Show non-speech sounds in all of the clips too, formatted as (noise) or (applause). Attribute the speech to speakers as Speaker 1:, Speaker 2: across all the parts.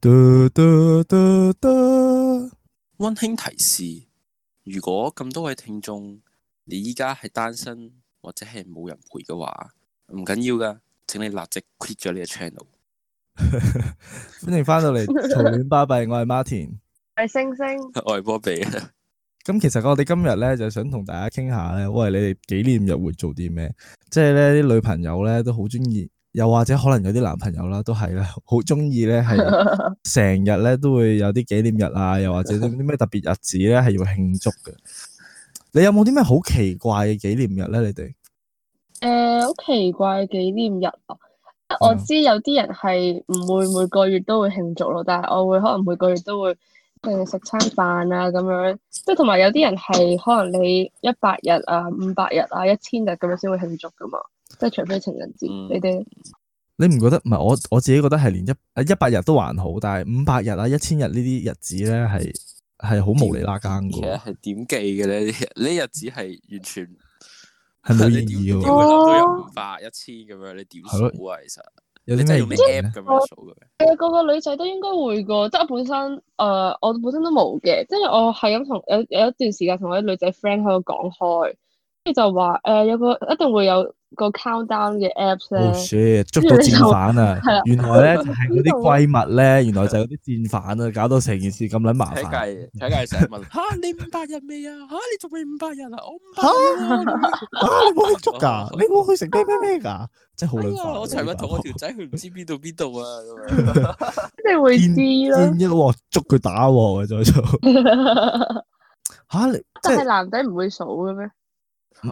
Speaker 1: 嘟嘟嘟嘟，
Speaker 2: 温馨提示：如果咁多位聽眾，你依家係單身或者係冇人陪嘅話，唔緊要噶，請你立即 quit 咗呢個 channel。 (laughs)
Speaker 1: 歡迎翻到嚟嘈亂巴閉，我係 Martin。
Speaker 3: 係星星，
Speaker 2: 我係波比，啊
Speaker 1: (laughs) 咁其實我哋今日咧就想同大家傾下咧，喂，你哋紀念日會做啲咩？即係咧啲女朋友咧都好中意，又或者可能有啲男朋友啦，都係啦，好中意咧係成日咧都會有啲紀念日啊，又或者啲咩特別日子咧係要慶祝嘅。你有冇啲咩好奇怪嘅紀念日咧？你哋
Speaker 3: 诶，呃好奇怪嘅紀念日啊！我
Speaker 1: 嗯
Speaker 3: 知有啲人係唔會每個月都會慶祝咯，但係我會可能每個月都會诶食餐飯啊咁樣，即係同埋有啲人係可能你一百日啊、五百日啊、一千日咁樣先會慶祝噶嘛，即係除非情人節。
Speaker 2: 嗯
Speaker 3: 你哋
Speaker 1: 你唔覺得？唔係我我自己覺得係連一一百日都還好，但係五百日啊、一千日呢啲日子咧係係好無厘啦更
Speaker 2: 其
Speaker 1: 嘅
Speaker 2: 實
Speaker 1: 喎，
Speaker 2: 係點記嘅咧？呢 (laughs) 呢日子係完全
Speaker 1: 係
Speaker 2: (laughs)
Speaker 1: 冇
Speaker 2: 啊你
Speaker 1: 意
Speaker 2: 點
Speaker 1: 義嘅
Speaker 2: 點
Speaker 1: 喎
Speaker 2: 會。諗到有五百、一千咁哦樣？你點
Speaker 1: 係啊咯
Speaker 2: 數啊？其實
Speaker 1: 有
Speaker 2: 你
Speaker 1: 啲咩
Speaker 2: 真係用咩
Speaker 1: 意義呢
Speaker 2: app 咁樣數嘅咩？
Speaker 3: 诶，啊個個女仔都應該會噶，即係我本身诶、呃我本身都冇嘅，即係我係咁同有有一段時間同我啲女仔 friend 喺度講開，跟住就話诶、呃有個一定會有個 countdown 嘅 apps 咧
Speaker 1: Oh。shit！捉到戰犯
Speaker 3: 係
Speaker 1: 啊
Speaker 3: 啦！
Speaker 1: 原來咧就係嗰啲閨蜜咧，原來就係嗰啲戰犯啊，搞到成件事咁撚麻
Speaker 2: 睇
Speaker 1: 煩。
Speaker 2: 計睇計成日 (laughs) 問吓你五百日未啊？吓你仲未五百日啊？我五百日啊！
Speaker 1: 啊！你冇去捉㗎？你冇去食咩咩咩㗎？真係好
Speaker 2: 哦哎
Speaker 1: 撚
Speaker 2: 呀
Speaker 1: 煩。啊
Speaker 2: 我尋日同我條仔去唔知邊度邊度啊咁樣。
Speaker 1: (laughs)
Speaker 2: (laughs)
Speaker 3: 即係會知 (laughs) 咯。
Speaker 1: 見一鑊捉佢打鑊啊！再做吓你即
Speaker 3: 但係
Speaker 1: 係
Speaker 3: 男仔唔會數嘅咩？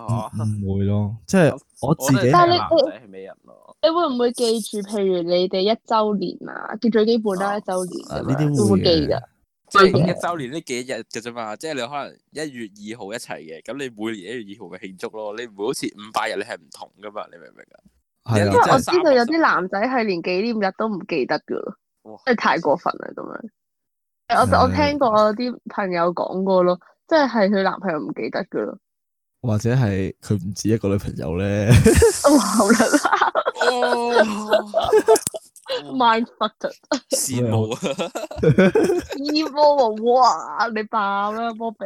Speaker 2: 啊
Speaker 1: 唔會咯？即係我自己
Speaker 2: 覺得
Speaker 3: 但係你
Speaker 2: 男仔係咩人咯？
Speaker 3: 你會唔會記住？譬如你哋一周年啊，叫最基本啦，
Speaker 2: 哦
Speaker 3: 一周年
Speaker 1: 啊
Speaker 3: 咁
Speaker 1: 呢啲
Speaker 3: 樣都
Speaker 1: 會
Speaker 3: 會記
Speaker 1: 嘅
Speaker 3: 㗎。。
Speaker 2: 即係
Speaker 3: 嗯
Speaker 2: 一週年呢幾日嘅啫嘛，即係你可能一月二號一齊嘅，咁你每年一月二號咪慶祝咯。你唔會好似五百日你係唔同噶嘛，你明唔明啊？
Speaker 1: 係
Speaker 3: 因為
Speaker 1: 啊
Speaker 2: 真係
Speaker 3: 我知道有
Speaker 2: 三
Speaker 3: 啲男仔係連紀念日都唔記得㗎咯，
Speaker 2: 哇
Speaker 3: 即係太過分啦咁樣。我我
Speaker 1: 係
Speaker 3: 聽過我啲朋友講過咯，即係係佢男朋友唔記得㗎咯。
Speaker 1: 或者係佢唔止一個女朋友咧，
Speaker 3: 哇，好
Speaker 2: (laughs)
Speaker 3: 啦
Speaker 2: 哦，
Speaker 3: ，mind fucked，
Speaker 2: 羨慕
Speaker 1: (laughs)
Speaker 2: 啊！
Speaker 3: 二波喎啊哇，你爆啦波比，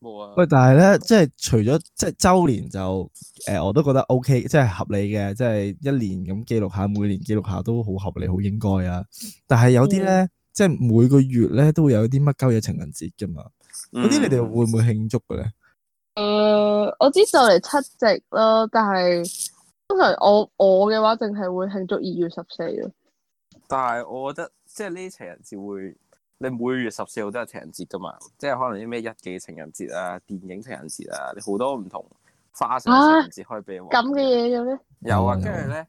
Speaker 2: 冇啊，
Speaker 1: 喂，但係咧，即係除咗即係周年就诶、呃我都覺得 O、k 即係合理嘅，即係一年咁記錄下，每年記錄下都好合理，好應該啊。但係有啲咧，
Speaker 3: 嗯
Speaker 1: 即係每個月咧都會有啲乜鳩嘢情人節噶嘛，嗰
Speaker 2: 嗰
Speaker 1: 啲、
Speaker 3: 嗯
Speaker 1: 你哋會唔會慶祝嘅咧？
Speaker 3: 誒、我知就嚟七夕咯，但係通常我我嘅話，淨係會慶祝二月十四咯。
Speaker 2: 但係我覺得即係呢啲情人節會，你每月十四號都有情人節噶嘛，即係可能啲咩一記情人節啊、電影情人節啊，你好多唔同花式嘅情人節可以俾你玩
Speaker 3: 啊咁嘅嘢嘅咩？
Speaker 2: 有啊，
Speaker 1: 有啊
Speaker 2: 跟
Speaker 1: 有啊
Speaker 2: 住咧，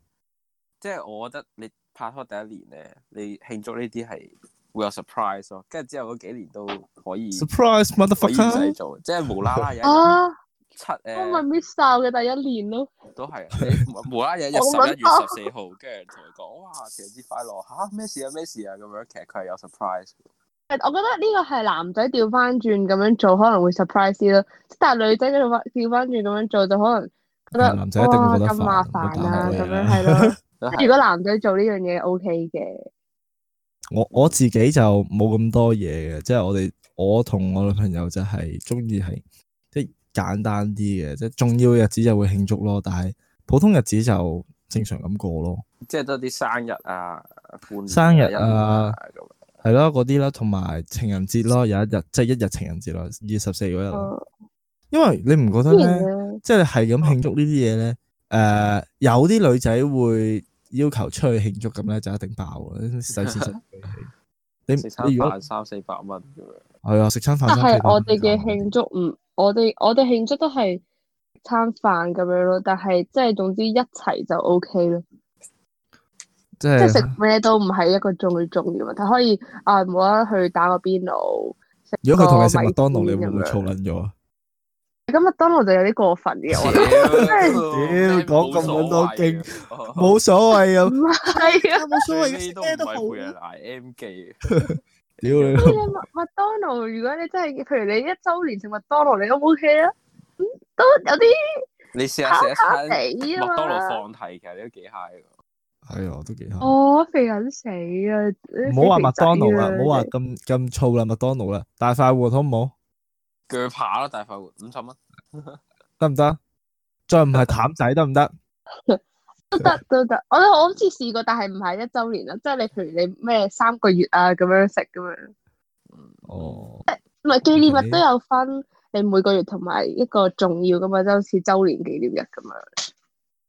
Speaker 2: 即係我覺得你拍拖第一年咧，你慶祝呢啲係會有 surprise 咯，跟住之後嗰幾年都可以
Speaker 1: Surprise
Speaker 2: 可以唔使
Speaker 1: motherfucker！
Speaker 2: 做，即係無啦啦有一日
Speaker 3: 啊，
Speaker 2: 七
Speaker 3: 我咪
Speaker 2: 誒
Speaker 3: miss 晒我嘅第一年咯。
Speaker 2: 都係啊你無啦啦有一日
Speaker 3: (laughs) 我啊
Speaker 2: 十
Speaker 3: 搵
Speaker 2: 一月十四號，跟住同佢講哇情人節快樂吓咩事啊咩事啊咁樣，其實佢係有 surprise 嘅。
Speaker 3: 但我覺得呢個係男仔調翻轉咁樣做可能會 surprise 啲咯，但係女仔調翻調翻轉咁樣做就可能覺
Speaker 1: 係
Speaker 3: 得
Speaker 1: 男仔一定會覺得
Speaker 3: 哇咁麻
Speaker 1: 煩
Speaker 3: 煩啊
Speaker 2: 冇
Speaker 3: 咁
Speaker 2: 搞
Speaker 3: 樣
Speaker 1: 啊
Speaker 3: 係咯。
Speaker 2: 都係
Speaker 3: 如果男仔做呢樣嘢 OK 嘅，
Speaker 1: 我我自己就冇咁多嘢嘅，即係我哋我同我女朋友就係中意係即係簡單啲嘅，即係重要嘅日子就會慶祝咯，但係普通日子就正常咁過咯。
Speaker 2: 即係都係啲生日啊、半年
Speaker 1: 生日啊
Speaker 2: 一年咁啊樣。
Speaker 1: 係咯，嗰啲啦，同埋情人節咯，有一日即係一日情人節咯，二月十四嗰日咯。
Speaker 3: 哦，
Speaker 1: 因為你唔覺得
Speaker 3: 雖
Speaker 1: 嗯咧，
Speaker 3: 然咧，
Speaker 1: 即係你係咁
Speaker 3: 哦
Speaker 1: 慶祝呢啲嘢咧，诶、有啲女仔會要求出去慶祝咁咧，就一定爆
Speaker 3: (laughs)
Speaker 1: 啊啦，使錢使到飛起你
Speaker 2: 食餐
Speaker 1: 你如果
Speaker 2: 飯三四百蚊咁樣，
Speaker 1: 係啊，食餐飯
Speaker 3: 但
Speaker 1: 餐
Speaker 3: 係
Speaker 1: 幾百
Speaker 3: 我
Speaker 1: 蚊
Speaker 3: 哋嘅
Speaker 1: 就
Speaker 3: 慶祝唔，我哋我哋慶祝都係餐飯咁樣咯，但係即係總之一齊就 OK 咯。即
Speaker 1: 即
Speaker 3: 係
Speaker 1: 係。啊
Speaker 3: 食咩都唔係一個最重要問題，可以啊冇得去打個邊爐。食
Speaker 1: 如果佢同你食
Speaker 3: 個米
Speaker 1: 麥當勞，
Speaker 3: 線
Speaker 1: 你會唔會
Speaker 3: 咁樣
Speaker 1: 燥撚咗
Speaker 3: (laughs)
Speaker 1: 啊？
Speaker 3: 咁麥當勞就有啲過分嘅，
Speaker 2: (laughs)
Speaker 3: 我覺得
Speaker 2: 屌
Speaker 1: 講咁撚多
Speaker 2: 啊
Speaker 1: 經，
Speaker 2: 冇
Speaker 1: 冇所謂
Speaker 2: (laughs)
Speaker 1: 啊，
Speaker 3: 唔係啊。
Speaker 1: 冇
Speaker 2: 所
Speaker 1: 所謂
Speaker 2: 謂
Speaker 1: 嘅，
Speaker 2: 都
Speaker 1: 食咩都
Speaker 2: 唔
Speaker 1: 好。
Speaker 2: 係陪人啊捱 M 記，
Speaker 1: 屌你
Speaker 3: 所以
Speaker 1: 老！
Speaker 3: 麥麥當勞，如果你真係，譬如你一週年食麥當勞，你 O 唔 OK 啊？嗯都有啲
Speaker 2: 你試下
Speaker 3: 考
Speaker 2: 食一
Speaker 3: 考
Speaker 2: 餐
Speaker 3: 地啊
Speaker 2: 麥當勞
Speaker 3: 嘛。
Speaker 2: 放題，其實你都幾 high 喎。
Speaker 1: 係啊，我都幾慳。
Speaker 3: 哦，肥人死啊！
Speaker 1: 唔好話麥當
Speaker 3: ờ,
Speaker 1: 勞啦，
Speaker 3: (laughs)
Speaker 1: 唔好話咁咁燥啦，麥當勞啦，大快活好唔好？
Speaker 2: 鋸扒啦，大快活五十蚊，
Speaker 1: 得唔得？再
Speaker 3: (laughs)
Speaker 1: 唔係淡仔得唔得？
Speaker 3: 都得都得，我我好似試過，但係唔係一周年啦，即係你譬如你咩三個月啊咁樣食咁樣，
Speaker 1: 哦，
Speaker 3: 唔係紀念日
Speaker 1: Okay
Speaker 3: 都有分，你每個月同埋一個重要噶嘛，即係好似周年紀念日咁樣。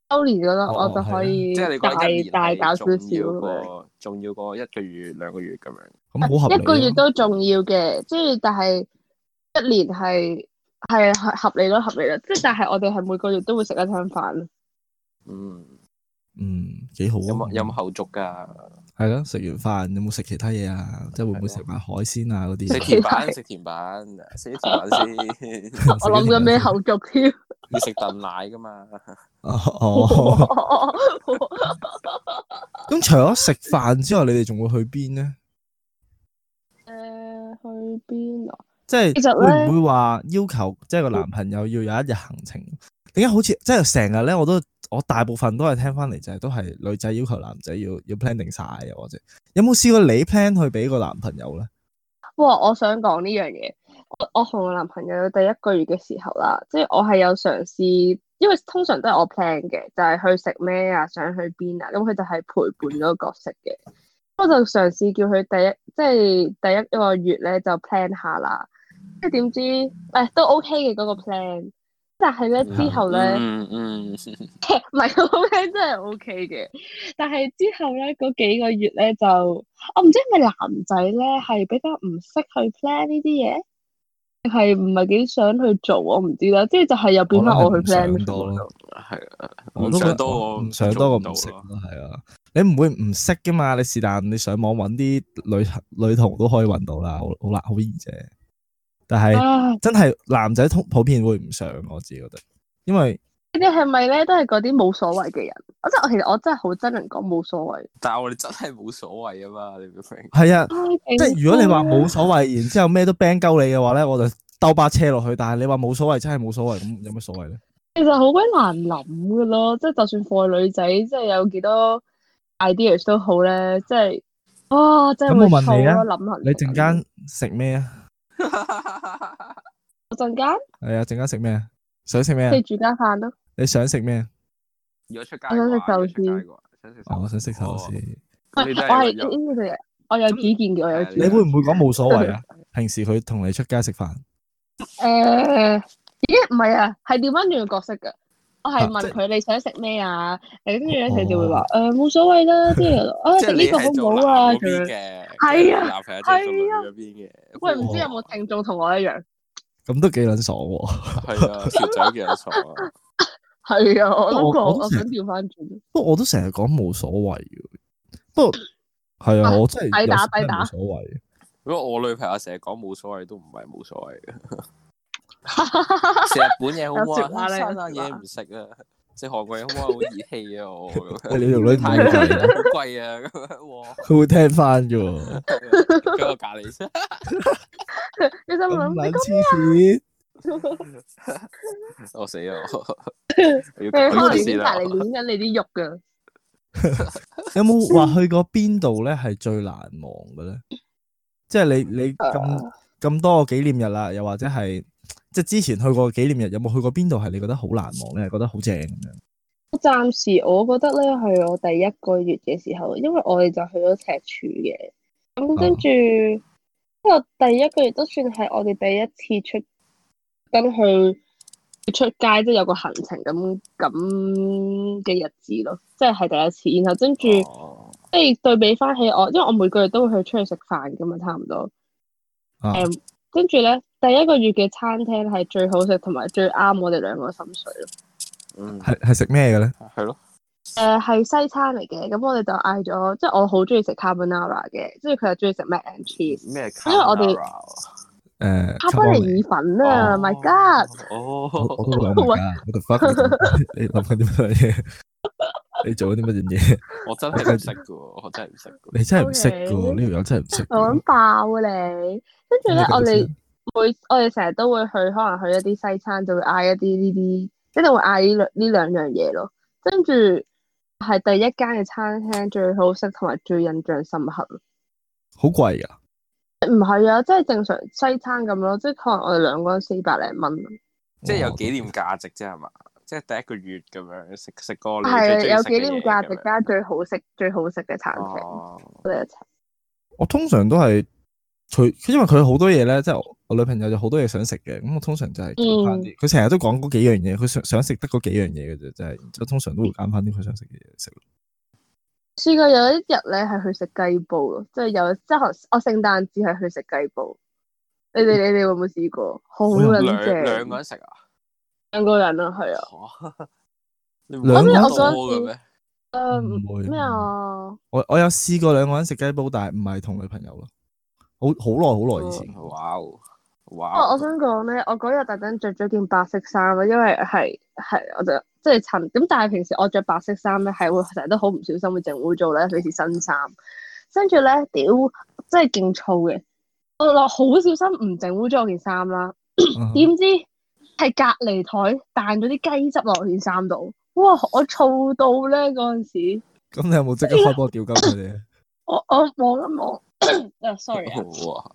Speaker 3: 周年嗰
Speaker 1: 哦
Speaker 3: 個我
Speaker 1: 哦
Speaker 3: 就可
Speaker 2: 即
Speaker 3: 以
Speaker 2: 係你
Speaker 3: 嗯大
Speaker 2: 講一年
Speaker 3: 大
Speaker 2: 係
Speaker 3: 搞少少
Speaker 2: 重要
Speaker 3: 咁樣。
Speaker 2: 過，重要過一個月兩個月咁樣。
Speaker 1: 咁好合理啊。
Speaker 3: 一個月都重要嘅，即係但係一年係係係合理咯，合理咯。即係但係我哋係每個月都會食一餐飯咯。
Speaker 2: 嗯，
Speaker 1: 嗯幾好啊。
Speaker 2: 有冇有冇後續㗎？
Speaker 1: 係咯，食完飯有冇食其他嘢啊？即係會唔會食埋海鮮啊嗰啲？
Speaker 2: 食甜
Speaker 3: (laughs)
Speaker 2: 品，食甜品，食啲甜品先。
Speaker 3: 我諗緊咩後續添？
Speaker 2: 要食燉奶㗎嘛？
Speaker 1: 哦哦，咁除咗食飯之外，你哋仲會去邊咧？
Speaker 3: (laughs) 誒去邊啊？
Speaker 1: 即係
Speaker 3: 其實
Speaker 1: 會
Speaker 3: 呢嗯
Speaker 1: 唔會話要求，即係個男朋友要有一日行程？點解好似即係成日咧？我都我大部分都係聽翻嚟就係都係女仔要求男仔要要 plan 定晒嘅，或者有冇試過你 plan 去俾個男朋友咧？
Speaker 3: 哇！我想講呢樣嘢，我我同我男朋友第一個月嘅時候啦，即係我係有嘗試，因為通常都係我 plan 嘅，就係、去食咩啊，想去邊啊，咁佢就係陪伴嗰個角色嘅。我就嘗試叫佢第一，即係第一個月咧就 plan 下啦，即係點知誒、哎都 OK 嘅嗰、個 plan，但係咧之後咧。
Speaker 2: 嗯嗯，
Speaker 3: 唔係 (laughs) 咁樣真係 O K 嘅，但係之後咧嗰幾個月咧就，我唔知係咪男仔咧係比較唔識去 plan 呢啲嘢，定係唔係幾想去做，我唔知啦。即係就係又變翻我去 plan
Speaker 1: 我諗係唔想多咯
Speaker 2: 係啊，
Speaker 1: 我
Speaker 2: 唔
Speaker 1: 都覺得
Speaker 2: 想多過
Speaker 1: 唔想多過
Speaker 2: 做
Speaker 1: 唔
Speaker 2: 唔
Speaker 1: 識
Speaker 2: 到
Speaker 1: 咯
Speaker 2: 咯，
Speaker 1: 係啊！你唔會唔識噶嘛？你是但你上網揾啲女女童都可以揾到啦，好好難好易啫。但係
Speaker 3: 啊！
Speaker 1: 真係男仔通普遍會唔上，我自己覺得，因為
Speaker 3: 你哋係咪咧都係嗰啲冇所謂嘅人？我真係我其實我真係好憎人講冇所謂。
Speaker 2: 但係我哋真係冇所謂啊嘛，你明唔明？
Speaker 1: 係啊，
Speaker 3: 即
Speaker 1: 即係如果你話冇所謂，然之後咩都 ban 鳩你嘅話咧，我就兜把車落去。但係你話冇所謂，真係冇所謂，咁有乜所謂咧？
Speaker 3: 其實好鬼難諗噶咯，即係就算放女仔，即係有幾多 ideas 都好咧，即係啊，真係
Speaker 1: 咁
Speaker 3: 會
Speaker 1: 我問你啊
Speaker 3: 燥咯，諗下
Speaker 1: 你陣間食咩啊？
Speaker 3: 我陣間
Speaker 1: 係啊，陣間食咩啊？想食咩啊
Speaker 3: 即？係住家飯咯。
Speaker 1: 你想食咩啊？
Speaker 2: 如果出街嘅話，
Speaker 3: 我想食壽司
Speaker 1: 哦，我想
Speaker 2: 如果出街嘅話想食
Speaker 1: 食壽司。
Speaker 2: 哦
Speaker 1: 你
Speaker 3: 唔
Speaker 2: 咁
Speaker 3: 係我係呢呢
Speaker 2: 你都係有
Speaker 3: 個我有主見嘅，我有主
Speaker 2: 你
Speaker 3: 見。
Speaker 1: 會唔會講冇所 (laughs) 謂啊？平時佢同你出街食飯，
Speaker 3: 誒，咦？唔係啊，係調翻轉個角色㗎。我係
Speaker 1: 啊即
Speaker 3: 問
Speaker 1: 係哦
Speaker 3: 佢你想食咩啊？誒，跟住咧佢就會話誒冇所謂
Speaker 1: (laughs)
Speaker 3: 啦，即係啊
Speaker 2: 即係
Speaker 3: 食
Speaker 2: 你
Speaker 3: 呢個好
Speaker 2: 係做
Speaker 3: 唔
Speaker 2: 男
Speaker 3: 好啊
Speaker 2: 嗰
Speaker 3: 咁
Speaker 2: 邊
Speaker 3: 樣。
Speaker 2: 嘅，
Speaker 3: 係啊
Speaker 2: 即係男朋友真係做女嗰邊嘅。
Speaker 3: 喂，唔知有冇聽眾同我一樣？
Speaker 1: 咁都幾撚爽喎。
Speaker 2: 係啊，條仔幾有錯啊！
Speaker 3: 係啊，我
Speaker 1: 我
Speaker 3: 都
Speaker 1: 我
Speaker 3: 講，
Speaker 1: 都
Speaker 3: 我想調翻轉。
Speaker 1: (laughs) 不過我都成日講冇所謂嘅，不過係啊，
Speaker 3: 啊
Speaker 1: 我真係
Speaker 3: 抵打
Speaker 1: 有時真係
Speaker 3: 抵打
Speaker 1: 冇所謂。
Speaker 2: 如果我女朋友成日講冇所謂，都唔係冇所謂嘅。成日本嘢好唔
Speaker 3: 有説
Speaker 2: 好
Speaker 3: 話
Speaker 2: 啊？
Speaker 3: 咧
Speaker 2: 生冷
Speaker 3: 有説話
Speaker 2: 嘢唔食啊！食韓國嘢好唔好啊？好熱氣啊！我咁
Speaker 1: 喂
Speaker 2: 樣
Speaker 1: 你條女唔
Speaker 2: 太
Speaker 1: 會
Speaker 2: 貴
Speaker 1: 嚟啊，
Speaker 2: 啦，好貴 (laughs) 啊！咁樣哇，
Speaker 1: 佢會聽翻嘅喎。
Speaker 2: 俾我隔離先。
Speaker 3: 你心
Speaker 1: 咁
Speaker 3: 諗
Speaker 1: 撚
Speaker 3: 你
Speaker 1: 黐線，
Speaker 2: 我死啊！我
Speaker 3: 佢
Speaker 2: 要
Speaker 3: 可
Speaker 2: 講
Speaker 3: 能已
Speaker 2: 呢
Speaker 3: 經
Speaker 2: 先
Speaker 3: 隔
Speaker 2: 啦
Speaker 3: 離。攣緊你啲肉㗎。
Speaker 1: 有冇話去過邊度咧係最難忘嘅咧？即係你你
Speaker 3: 啊
Speaker 1: 咁咁多個紀念日啦，又或者係即係之前去過嘅紀念日，有冇去過邊度係你覺得好難忘咧？覺得好正咁樣？
Speaker 3: 暫時我覺得咧係我第一個月嘅時候，因為我哋就去咗赤柱嘅，咁跟住，因為第一個月都算係我哋第一次出跟去出街，即係有個行程咁咁嘅日子咯，即係係第一次。然後跟住
Speaker 2: 哦
Speaker 3: 即係對比翻起我，因為我每個月都會去出去食飯噶嘛，差唔多。
Speaker 1: 啊
Speaker 3: 誒、跟住咧第一個月嘅餐廳係最好食同埋最啱我哋兩個心水咯。
Speaker 2: 嗯，
Speaker 1: 係係食咩嘅咧？
Speaker 2: 係咯，
Speaker 3: 誒係西餐嚟嘅，咁我哋就嗌咗，即係我好中意食 carbonara 嘅，跟住佢又中意食 mac and cheese。
Speaker 2: 咩？
Speaker 3: 因為我哋
Speaker 1: 誒，
Speaker 3: 卡巴尼意粉啊、
Speaker 2: 哦
Speaker 3: m y Ờ, God！
Speaker 2: 哦，
Speaker 1: 我我都諗
Speaker 3: 喂
Speaker 1: 㗎，我度 fuck
Speaker 3: (laughs)
Speaker 1: 你諗緊啲乜嘢？你做緊啲乜嘢？
Speaker 2: 我真係唔識嘅喎，我真係唔識嘅喎。
Speaker 1: 你真係唔識嘅
Speaker 3: Okay
Speaker 1: 喎，呢條友真係唔識嘅
Speaker 2: 哦
Speaker 3: 我
Speaker 1: 喎。
Speaker 3: 諗爆啊你！跟住咧，我哋每我哋成日都會去，可能去一啲西餐就會嗌一啲呢啲，一定會嗌呢兩呢兩樣嘢咯。跟住係第一間嘅餐廳最好食同埋最印象深刻。
Speaker 1: 好貴噶，
Speaker 3: 唔係啊，即係正常西餐咁咯，即係可能我哋兩個人四百零蚊。
Speaker 2: 即係有
Speaker 1: 哇
Speaker 2: 紀念價值啫係嘛？即係第一個月咁樣食食過你最中
Speaker 3: 係
Speaker 2: 意
Speaker 3: 有
Speaker 2: 食嘅
Speaker 3: 紀念
Speaker 2: 嘢
Speaker 3: 價
Speaker 2: 咁
Speaker 3: 值
Speaker 2: 樣
Speaker 3: 加最好食最好食嘅餐廳，
Speaker 2: 哦，
Speaker 3: 我哋一齊。
Speaker 1: 我通常都係佢，因為佢好多嘢咧，即係我我女朋友就好多嘢想食嘅，咁我通常就係揀翻
Speaker 3: 嗯
Speaker 1: 啲。佢成日都講嗰幾樣嘢，佢想想食得嗰幾樣嘢嘅啫，就係即係通常都會揀翻啲佢想食嘅嘢食。
Speaker 3: 試過有一日咧係去食雞煲咯，即係有即係可能我聖誕節係去食雞煲。你哋你哋會唔會試過？好
Speaker 1: 兩
Speaker 3: 撚
Speaker 2: 兩
Speaker 3: 正，
Speaker 2: 兩個人食啊？
Speaker 3: 兩個人啊，係啊。
Speaker 2: 嚇你唔
Speaker 1: 兩個人
Speaker 2: 覺
Speaker 1: 食
Speaker 2: 得多嘅咩？
Speaker 3: 誒
Speaker 1: 唔會
Speaker 3: 嗯咩？啊？
Speaker 1: 我我有試過兩個人食雞煲，但係唔係同女朋友咯，好好耐好耐以前。
Speaker 2: 哇哦哇
Speaker 3: 哦，我
Speaker 2: 哦！
Speaker 3: 想講咧，我嗰日特登着咗件白色衫咯，因為係係我就即係襯咁，但係平時我着白色衫咧係會成日都好唔小心會整污糟咧，尤其是新衫。跟住咧，屌真係勁燥嘅，我落好小心唔整污糟我件衫啦，
Speaker 1: 嗯
Speaker 3: 點知係隔離台彈咗啲雞汁落我件衫度，哇！我燥到咧嗰陣時，
Speaker 1: 咁你有冇即刻開波吊鳩佢哋啊？
Speaker 3: 我我望一望， (coughs) 啊，sorry 啊，
Speaker 2: 哇，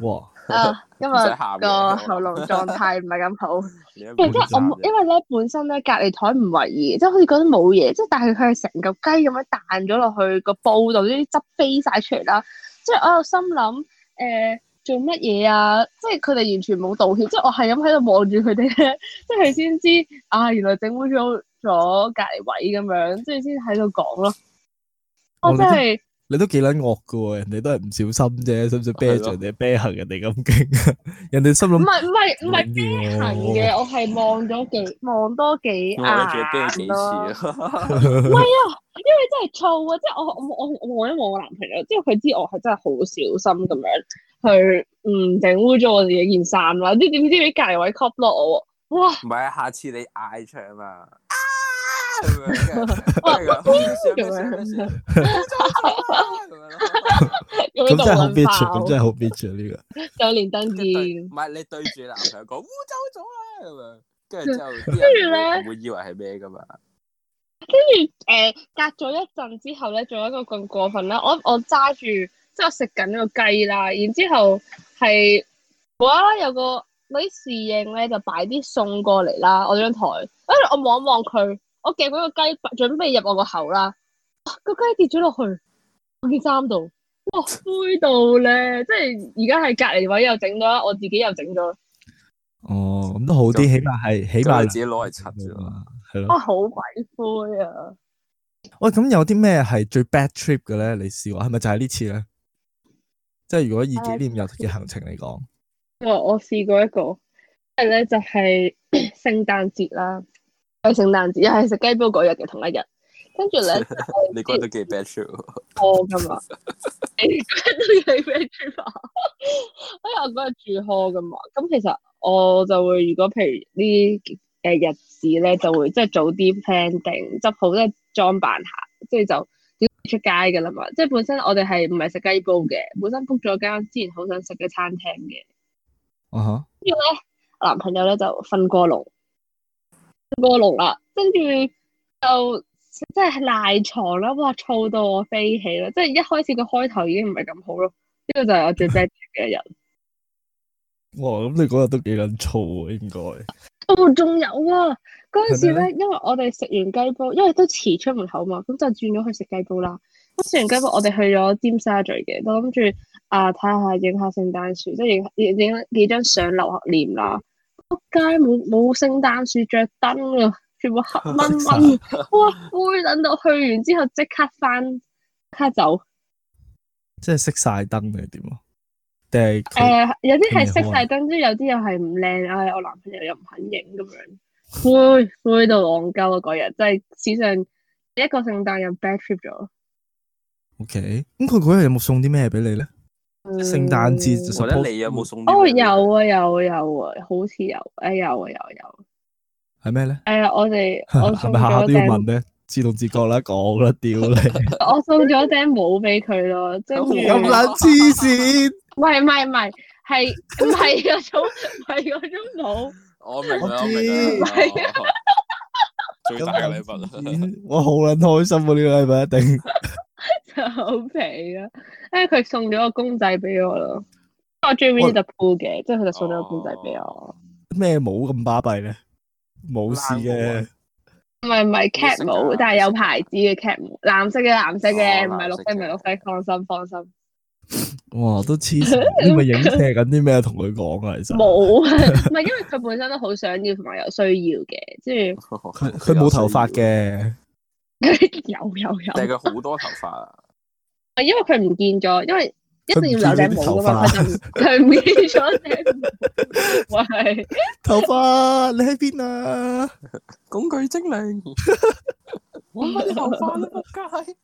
Speaker 1: 哇！
Speaker 3: 啊，今日
Speaker 2: 唔使喊嘅
Speaker 3: 個喉嚨狀態唔係咁好。
Speaker 2: 你一
Speaker 3: 即
Speaker 2: 半
Speaker 3: 係我冇因為咧本身咧隔離台唔為意，即係好似覺得冇嘢，即係但係佢係成嚿雞咁樣彈咗落去個煲度，啲汁飛晒出嚟啦。即係我又心諗誒、呃做乜嘢啊？即係佢哋完全冇道歉，即係我係咁喺度望住佢哋咧，即係佢先知啊原來整污糟咗隔離位咁樣，即係先喺度講咯。我
Speaker 1: 哦你
Speaker 3: 真
Speaker 1: 都
Speaker 3: 係〜
Speaker 1: 你都幾撚惡噶喎，人哋都係唔小心啫，使唔使啤
Speaker 2: 係
Speaker 1: 住
Speaker 2: 咯
Speaker 1: 人哋啤行人哋咁勁？啊人哋心
Speaker 3: 唔
Speaker 1: 諗
Speaker 3: 係唔係唔係
Speaker 1: 係
Speaker 3: 行嘅，我係望咗幾望多幾
Speaker 2: 我哋仲要啤
Speaker 3: 眼
Speaker 2: 幾
Speaker 3: 咯。
Speaker 2: 次啊？
Speaker 1: (laughs)
Speaker 3: 唔係啊，因為真係燥啊！即係我我我我望一望我男朋友，即係佢知我係真係好小心咁樣去唔整污糟我自己件衫啦。啲點知俾隔離位 cop 落我喎，哇！
Speaker 2: (laughs) 唔係啊，下次你嗌出啊嘛，啊咁樣 (laughs) 跟住，跟住咩事啊咩事啊咩事啊咁樣咯，
Speaker 3: 咁
Speaker 1: 咁真係好
Speaker 3: 樣就
Speaker 1: bitch，啊
Speaker 3: 揾
Speaker 1: 咁真係好 bitch 啊呢個。
Speaker 3: 有連登
Speaker 2: 跟住對
Speaker 3: 見
Speaker 2: 唔，係你對住男朋友講污糟咗啦咁樣，跟住之後啲人會會以為係咩噶嘛？
Speaker 3: 跟住誒呃隔咗一陣之後咧，仲有一個更過分啦！我我揸住即係我食緊個雞啦，然之後係無啦啦有個嗰啲侍應咧就擺啲餸過嚟啦，我張台，跟住我望一望佢，我夾嗰個雞準備入我個口啦，啊個雞跌咗落去我件衫度，哇灰到咧！即係而家係隔離位又整咗啦，我自己又整咗啦，
Speaker 1: 哦，咁都好啲，
Speaker 2: 咁
Speaker 1: 起碼係起
Speaker 2: 咁
Speaker 1: 碼
Speaker 2: 你自己攞嚟擦
Speaker 1: Ừ.
Speaker 2: 啫嘛。
Speaker 1: 嘛，係咯。
Speaker 3: 哇啊好鬼灰啊！
Speaker 1: 喂，咁有啲咩係最 bad trip 嘅咧？你試過係咪就係呢次咧？即係如果以紀念日嘅行程嚟講，
Speaker 3: 我我試過一個，即係咧就係 (coughs) 聖誕節啦，係聖誕節，又係食雞煲嗰日嘅同一日，跟住咧
Speaker 2: 你覺得幾 bad trip？
Speaker 3: 我噶嘛，啊 (laughs) 你嗰日都要去 friend (laughs) 住房，因為我嗰日住 hall 噶嘛，咁其實我就會如果譬如呢誒日子咧，就會即係早啲 plan 定，執好即係裝扮下，即係就要出街噶啦嘛，即係本身我哋係唔係食雞煲嘅，本身 book 咗間之前好想食嘅餐廳嘅。
Speaker 1: 啊哈，
Speaker 3: 我男朋友咧就瞓過龍，瞓過龍啦，跟住就即係賴床啦，哇，燥到我飛起啦！即係一開始個開頭已經唔係咁好咯，呢、個就係我最 bad 嘅一日。
Speaker 1: 哇！咁你嗰日都幾撚燥喎，應該。
Speaker 3: 哦，仲有啊！嗰陣時
Speaker 1: 係咩
Speaker 3: 咧，因為我哋食完雞煲，因為都遲出門口嘛，咁就轉咗去食雞煲啦。咁食完雞煲，我哋去咗尖沙咀嘅，我諗住啊睇下影下聖誕樹，即係影影影幾張相留念啦。仆街冇冇聖誕樹着燈啊，全部
Speaker 1: (laughs)
Speaker 3: 黑掹掹，哇灰等到去完之後即刻翻，即刻走。
Speaker 1: 即係熄晒燈定係點啊？定
Speaker 3: 誒、
Speaker 1: 係佢
Speaker 3: 呃有啲係
Speaker 1: 佢
Speaker 3: 熄
Speaker 1: 哋好啊
Speaker 3: 晒燈，即係有啲又係唔靚啊！我男朋友又唔肯影咁樣，灰灰到戇鳩啊！嗰日真係史上第一個聖誕日 bad trip 咗。
Speaker 1: OK？咁佢嗰日有冇送啲咩俾你咧？聖誕節就
Speaker 3: 嗯
Speaker 1: 送
Speaker 2: 或者你有冇送啲
Speaker 3: 哦，
Speaker 2: 咩俾佢？
Speaker 3: 有啊，有啊，有啊，好似有，誒，有啊，有啊有啊。
Speaker 1: 係咩咧？
Speaker 3: 誒、我
Speaker 1: (laughs)
Speaker 3: 哋我
Speaker 1: 係
Speaker 3: 送
Speaker 1: 咪下下
Speaker 3: 咗
Speaker 1: 都要問
Speaker 3: 頂，
Speaker 1: 咧？自動自覺啦，講啦，
Speaker 3: (laughs)
Speaker 1: 屌你！
Speaker 3: 我送咗頂帽俾佢咯，跟住
Speaker 1: 咁
Speaker 2: 咁
Speaker 1: 撚黐線，
Speaker 3: 唔係唔係唔係，係唔係嗰種，唔係嗰種帽，
Speaker 2: 我明啦，
Speaker 1: 我
Speaker 2: 我明啦。最大嘅禮物啊啦。
Speaker 1: (laughs) 我好捻开心啊！呢个礼物一定
Speaker 3: 好皮啊！因為佢送咗個公仔俾我咯，我中意 Winnie the Pooh 嘅，即係佢就送咗個公仔俾我。
Speaker 1: 咩冇咁巴闭咧？冇事嘅，
Speaker 2: 啊
Speaker 3: 唔係唔係 cat 帽，但係有牌子嘅 cat 帽，藍色嘅藍色嘅，
Speaker 2: 哦
Speaker 3: 唔係綠色唔係綠色，放心放心。
Speaker 1: 哇都黐线！
Speaker 2: (laughs)
Speaker 1: 你咪影射紧啲咩同佢讲啊？其实
Speaker 3: 冇， (laughs) 唔係因為佢本身都好想要同埋有需要嘅，即係
Speaker 1: 佢佢冇头发，嘅，
Speaker 3: 佢有有有。
Speaker 2: 但係佢好多頭髮啊！
Speaker 3: 係因為佢唔見咗，因為一定要有頂帽噶嘛，
Speaker 1: 佢
Speaker 3: 佢就唔佢唔
Speaker 1: 唔
Speaker 3: 見咗頂帽。喂，
Speaker 1: 头发你喺边啊？
Speaker 2: 工具精靈，揾翻啲頭髮啦，仆街！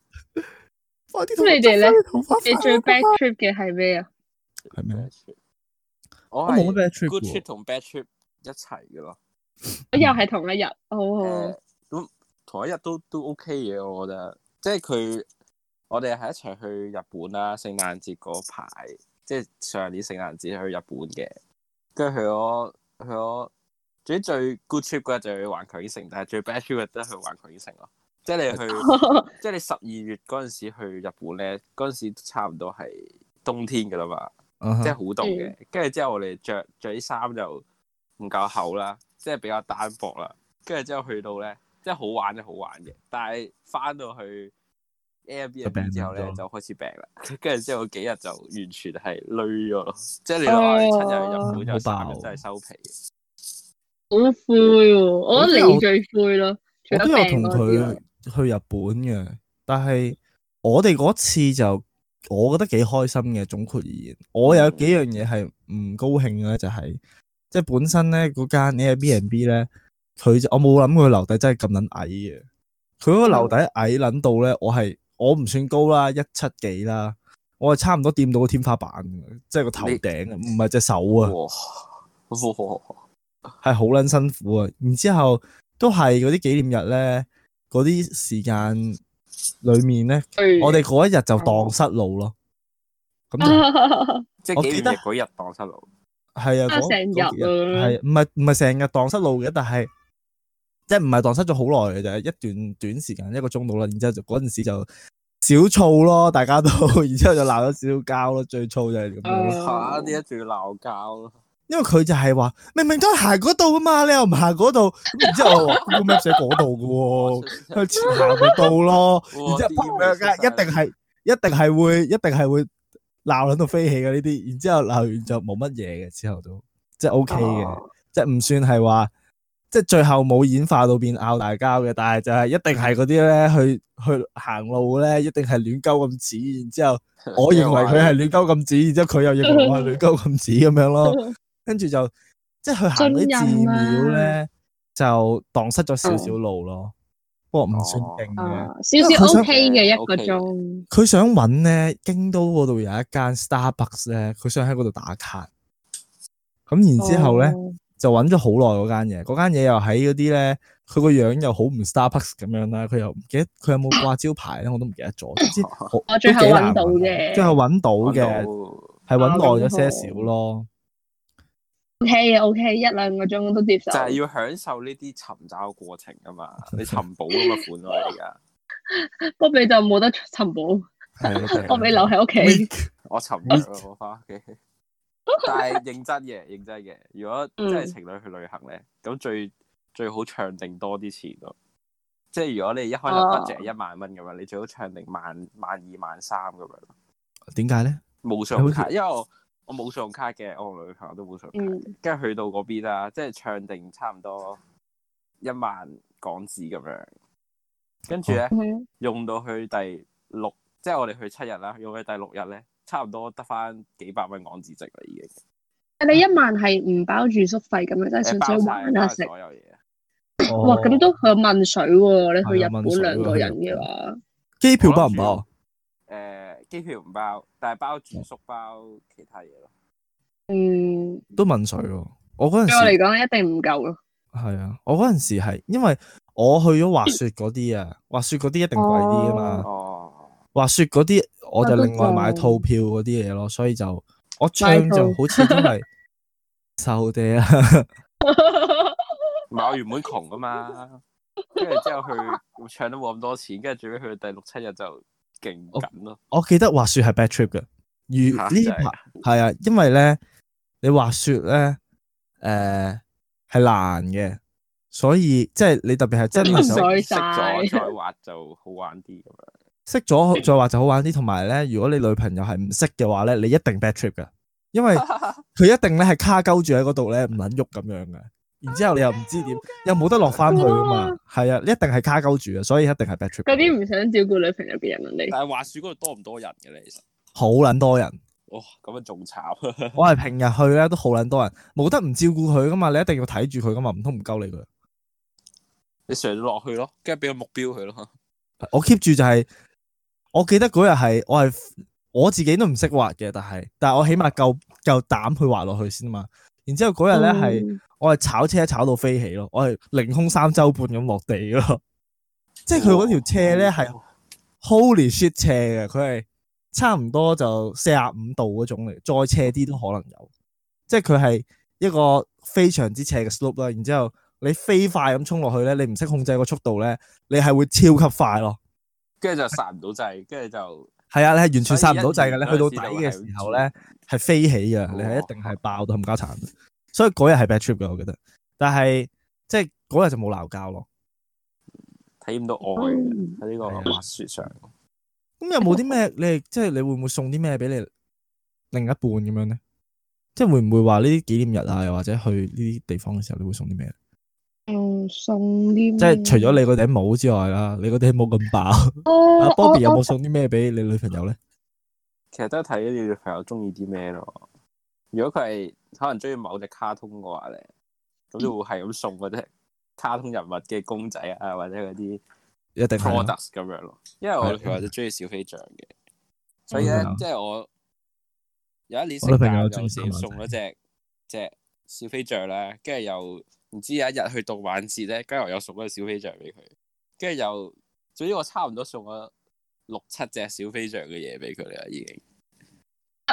Speaker 1: 快啲
Speaker 3: 咁你哋咧你
Speaker 1: 你
Speaker 3: 最 bad trip 嘅係咩啊？
Speaker 1: 系咩？
Speaker 2: 我
Speaker 1: 我冇乜
Speaker 2: 係
Speaker 1: bad trip
Speaker 2: good
Speaker 1: 喎
Speaker 2: trip 同 bad trip 一齊嘅咯。
Speaker 3: 我又係同一日，好好
Speaker 2: 誒，咁同一日都都 OK 嘅，我覺得。即係佢，我哋係一齊去日本啦，聖誕節嗰排，即係上年聖誕節去日本嘅，跟住去咗去咗，總之最 good trip 嗰日就去環球影城，但係最 bad trip 嘅都係去環球影城咯。即係你去，即係你十二月嗰陣時去日本咧，嗰陣時差唔多係冬天㗎啦嘛。
Speaker 1: 啊
Speaker 2: 即係
Speaker 1: 哈
Speaker 2: 好凍嘅。跟住之後我哋着着啲衫就唔夠厚啦，即係比較單薄啦。跟住之後去到咧，即係好玩就好玩嘅，但係翻到去
Speaker 1: 就病
Speaker 2: Airbnb 之後咧
Speaker 1: 咗
Speaker 2: 就開始病啦。 (laughs) 跟住之後幾日就完全係累咗咯，即係你話你親日去日本有三日真係收皮嘅。
Speaker 3: 好灰喎，我覺得你最灰咯，除
Speaker 1: 我
Speaker 3: 咗
Speaker 1: 都有
Speaker 3: 病
Speaker 1: 同
Speaker 3: 嗰啲
Speaker 1: 佢
Speaker 3: 咯。
Speaker 1: 去日本嘅，但係我哋嗰次就我覺得幾開心嘅。總括而言，我有幾樣嘢係唔高興嘅咧，就係即係本身咧嗰間 Airbnb 咧，佢就我冇諗過佢樓底真係咁撚矮嘅。佢嗰個樓
Speaker 3: 嗯
Speaker 1: 底矮撚到咧，我係我唔算高啦，一七幾啦，我係差唔多掂到個天花板嘅，即係個頭
Speaker 2: 你
Speaker 1: 頂啊，唔係隻手啊。
Speaker 2: 哇！哇 (laughs)
Speaker 1: 係好撚辛苦啊！然之後都係嗰啲紀念日咧，嗰啲時間里面咧，
Speaker 3: (laughs)
Speaker 1: 我哋嗰一日就蕩失路咯。咁
Speaker 3: 哋
Speaker 1: 就
Speaker 2: 即
Speaker 1: 我
Speaker 2: 係幾
Speaker 1: 記
Speaker 2: 年
Speaker 1: 得
Speaker 2: 嗰日蕩失路，
Speaker 1: 係啊，
Speaker 3: 啊
Speaker 1: 嗰
Speaker 3: 成日
Speaker 1: 嗰幾
Speaker 3: 啊
Speaker 1: 係唔係唔係成日蕩失路嘅，但係即係唔係蕩失咗好耐嘅，就係一段短時間一個鐘到啦。然之後就嗰陣時 (laughs) 就小燥咯，大家都，然之後就鬧咗少少交咯，最燥就係咁樣咯。
Speaker 2: 嚇呢一仲要鬧交咯。
Speaker 1: 因為佢就係話明明都係行嗰度啊嘛，你又唔行嗰度，咁然之後我話 Google Map 寫嗰度嘅喎，向前行咪到
Speaker 2: (laughs)
Speaker 1: 咯，
Speaker 2: 然
Speaker 1: 哦 (laughs) 然之後砰兩下一定係一定係會一定係會鬧撚到飛起嘅呢啲，然之後鬧完就冇乜嘢嘅，之後都即係 OK
Speaker 3: 啊
Speaker 1: 嘅，即係唔算係話即係最後冇演化到變拗大交嘅，但係就係一定係嗰啲咧去去行路咧，一定係亂鳩咁指，然之後我認為佢
Speaker 3: 哎
Speaker 1: 係亂鳩咁指，然之後佢又認為我
Speaker 3: (laughs)
Speaker 1: 係亂鳩咁指咁樣咯。跟住就即係去行嗰啲寺廟
Speaker 3: 信 (laughs)
Speaker 1: 咧，就蕩失咗少少路咯。不過唔算勁嘅。
Speaker 3: 啊少
Speaker 1: 因為佢
Speaker 3: 少
Speaker 1: 想
Speaker 3: OK 嘅一個
Speaker 2: OK
Speaker 3: 鐘，
Speaker 1: 佢想揾咧，京都嗰度有一間 Starbucks 咧，佢想喺嗰度打卡。咁然之後咧，
Speaker 3: 哦
Speaker 1: 就揾咗好耐嗰間嘢，嗰間嘢又喺嗰啲咧，佢個樣又好唔 Starbucks 咁樣啦，佢又唔記得佢有冇掛招牌咧，我都唔記得咗。總之
Speaker 3: (laughs) 我最後
Speaker 1: 都幾
Speaker 3: 揾
Speaker 1: 難
Speaker 3: 到
Speaker 1: 揾
Speaker 3: 嘅
Speaker 1: 最後揾到
Speaker 2: 好
Speaker 1: 嘅，係揾耐咗些少咯。
Speaker 3: OK 嘅 OK，一兩個鐘都接受
Speaker 2: 就。係要享受呢啲尋找嘅過程啊嘛，你尋寶咁嘅款咯
Speaker 3: (laughs)
Speaker 2: 而家，
Speaker 3: 不比就冇得尋寶， (laughs)
Speaker 1: 係啊
Speaker 3: 我俾留喺屋企。
Speaker 1: Weak
Speaker 2: 我尋
Speaker 3: 嗯
Speaker 2: 寶咯，我翻屋企。但係認真嘅，認真嘅。如果
Speaker 3: 嗯
Speaker 2: 真係情侶去旅行咧，咁最最好唱定多啲錢咯。即係如果你一開頭
Speaker 3: 哦
Speaker 2: budget 一萬蚊咁樣，你最好唱定萬萬二萬三咁樣。
Speaker 1: 點解咧？
Speaker 2: 冇信用卡，因為我我冇信用卡嘅，我同女朋友都冇信用卡。
Speaker 3: 嗯，
Speaker 2: 跟住去到嗰邊啦，即係唱定差唔多一萬港紙咁樣，跟住咧
Speaker 3: 嗯
Speaker 2: 用到去第六，即係我哋去七日啦，用去第六日咧，差唔多得翻幾百蚊港紙值啦，已經
Speaker 3: 你一晚係唔包住宿費咁樣，即係純
Speaker 2: 包
Speaker 3: 粹玩
Speaker 2: 晒
Speaker 3: 下啊
Speaker 2: 包
Speaker 3: 食
Speaker 2: 晒。所有嘢。
Speaker 3: 哇，咁都佢問水喎！你去
Speaker 1: 哦係啊
Speaker 3: 日
Speaker 1: 問
Speaker 3: 本
Speaker 1: 水
Speaker 3: 兩個
Speaker 1: 喎
Speaker 3: 人嘅話，
Speaker 1: 機票包唔包啊？
Speaker 2: 誒、機票唔包，但係包住宿包其他嘢咯。
Speaker 3: 嗯，
Speaker 1: 都問水喎。我嗰陣
Speaker 3: 對我嚟
Speaker 1: 時
Speaker 3: 講一定唔夠咯。
Speaker 1: 係啊，我嗰陣時係因為我去咗滑雪嗰啲啊，滑雪嗰啲一定貴啲噶嘛。
Speaker 2: 哦，
Speaker 1: 滑雪嗰啲我就另外買
Speaker 3: 都貴
Speaker 1: 套票嗰啲嘢咯，所以就我
Speaker 3: 買
Speaker 1: 唱
Speaker 3: 套
Speaker 1: 就好似都係 (laughs) 瘦啲啊。
Speaker 2: 唔係我原本窮噶嘛，跟住之後佢搶得冇咁多錢，跟住最尾去到第六七日就勁緊咯。
Speaker 1: 我記得滑雪係 bad trip 嘅，如
Speaker 2: 嚇
Speaker 1: 呢
Speaker 2: 真係
Speaker 1: 排係啊，因為咧你滑雪咧诶係難嘅，所以即係你特別係真係
Speaker 3: 唔
Speaker 1: 想
Speaker 3: 水
Speaker 2: 識
Speaker 3: 晒
Speaker 2: 咗再滑就好玩啲咁樣。
Speaker 1: 識咗再滑就好玩啲，同埋咧，如果你女朋友係唔識嘅話咧，你一定 bad trip 噶，因為佢一定咧係卡鳩住喺嗰度咧，唔撚喐咁樣嘅。然之後你又唔知點，又冇得落翻去啊嘛，係啊，一定係卡鳩住嘅，所以一定係 bad trip
Speaker 3: 嗰
Speaker 1: 㗎。
Speaker 3: 啲唔想照顧女朋友嘅人啊，你
Speaker 2: 但係滑雪嗰度多唔多人嘅咧？其實，
Speaker 1: 好撚多人，
Speaker 2: 哇，咁樣仲慘。
Speaker 1: 我係平日去咧都好撚多人，冇得唔照顧佢噶嘛，你一定要睇住佢噶嘛，唔通唔鳩你佢？
Speaker 2: 你上咗落去咯，跟住俾個目標佢咯。
Speaker 1: 我 keep 住就係，我記得嗰日係我係我自己都唔識滑嘅，但係但係我起碼夠夠膽去滑落去先嘛。然之後嗰日咧係。
Speaker 3: 嗯
Speaker 1: 我係炒車炒到飛起咯，我係凌空三周半咁落地咯。即係佢嗰條斜咧係 holy shit 斜嘅，佢係差唔多就四十五度嗰種嚟，再斜啲都可能有。即係佢係一個非常之斜嘅 slope 啦，然之後你飛快咁衝落去咧，你唔識控制個速度咧，你係會超級快咯。
Speaker 2: 跟住就殺唔到掣，跟住就
Speaker 1: 係啊，你係完全
Speaker 2: 所
Speaker 1: 剎
Speaker 2: 以
Speaker 1: 唔到掣嘅，
Speaker 2: 一
Speaker 1: 你
Speaker 2: 年
Speaker 1: 去到
Speaker 2: 嗰陣
Speaker 1: 底
Speaker 2: 時就
Speaker 1: 嘅
Speaker 2: 係哦
Speaker 1: 時候咧係飛起嘅，你係一定係爆到冚家鏟。所以嗰日係 bad trip 嘅，我覺得。但係即係嗰日就冇鬧交咯。
Speaker 2: 體驗到愛嘅
Speaker 3: 嗯
Speaker 2: 喺呢
Speaker 1: 啊
Speaker 2: 個滑雪上。
Speaker 1: 咁有冇
Speaker 3: (laughs)
Speaker 1: 啲咩？你即係你會唔會送啲咩俾你另一半咁樣咧？即係會唔會話呢啲紀念日啊，又或者去呢啲地方嘅時候，你會送啲咩？
Speaker 3: 嗯，送啲
Speaker 1: 即係除咗
Speaker 3: 咩
Speaker 1: 你嗰頂帽之外啦，你嗰頂帽咁爆，阿
Speaker 3: 啊
Speaker 1: À, Bobby 有
Speaker 3: (laughs) 我
Speaker 1: 冇送啲咩俾你女朋友咧？
Speaker 2: 其實都係睇你女朋友中意啲咩咯。如果佢係可能中意某隻卡通嘅話咧，咁就會係咁送嗰隻卡通人物嘅公仔啊，或者嗰啲
Speaker 1: 一定係啊嗯啦
Speaker 2: products 咁樣咯。因為我女朋友就中意小飛象嘅，所以
Speaker 1: 我
Speaker 2: 咧
Speaker 1: 女朋友
Speaker 2: 即係我有一年
Speaker 1: 我女
Speaker 2: 聖
Speaker 1: 朋友
Speaker 2: 誕
Speaker 1: 中意
Speaker 2: 就先
Speaker 1: 小馬
Speaker 2: 送咗隻只小飛象啦，跟住又唔知有一日去動漫節咧，跟住我又送咗隻小飛象俾佢，跟住又總之我差唔多送咗六七隻小飛象嘅嘢俾佢啦，已經。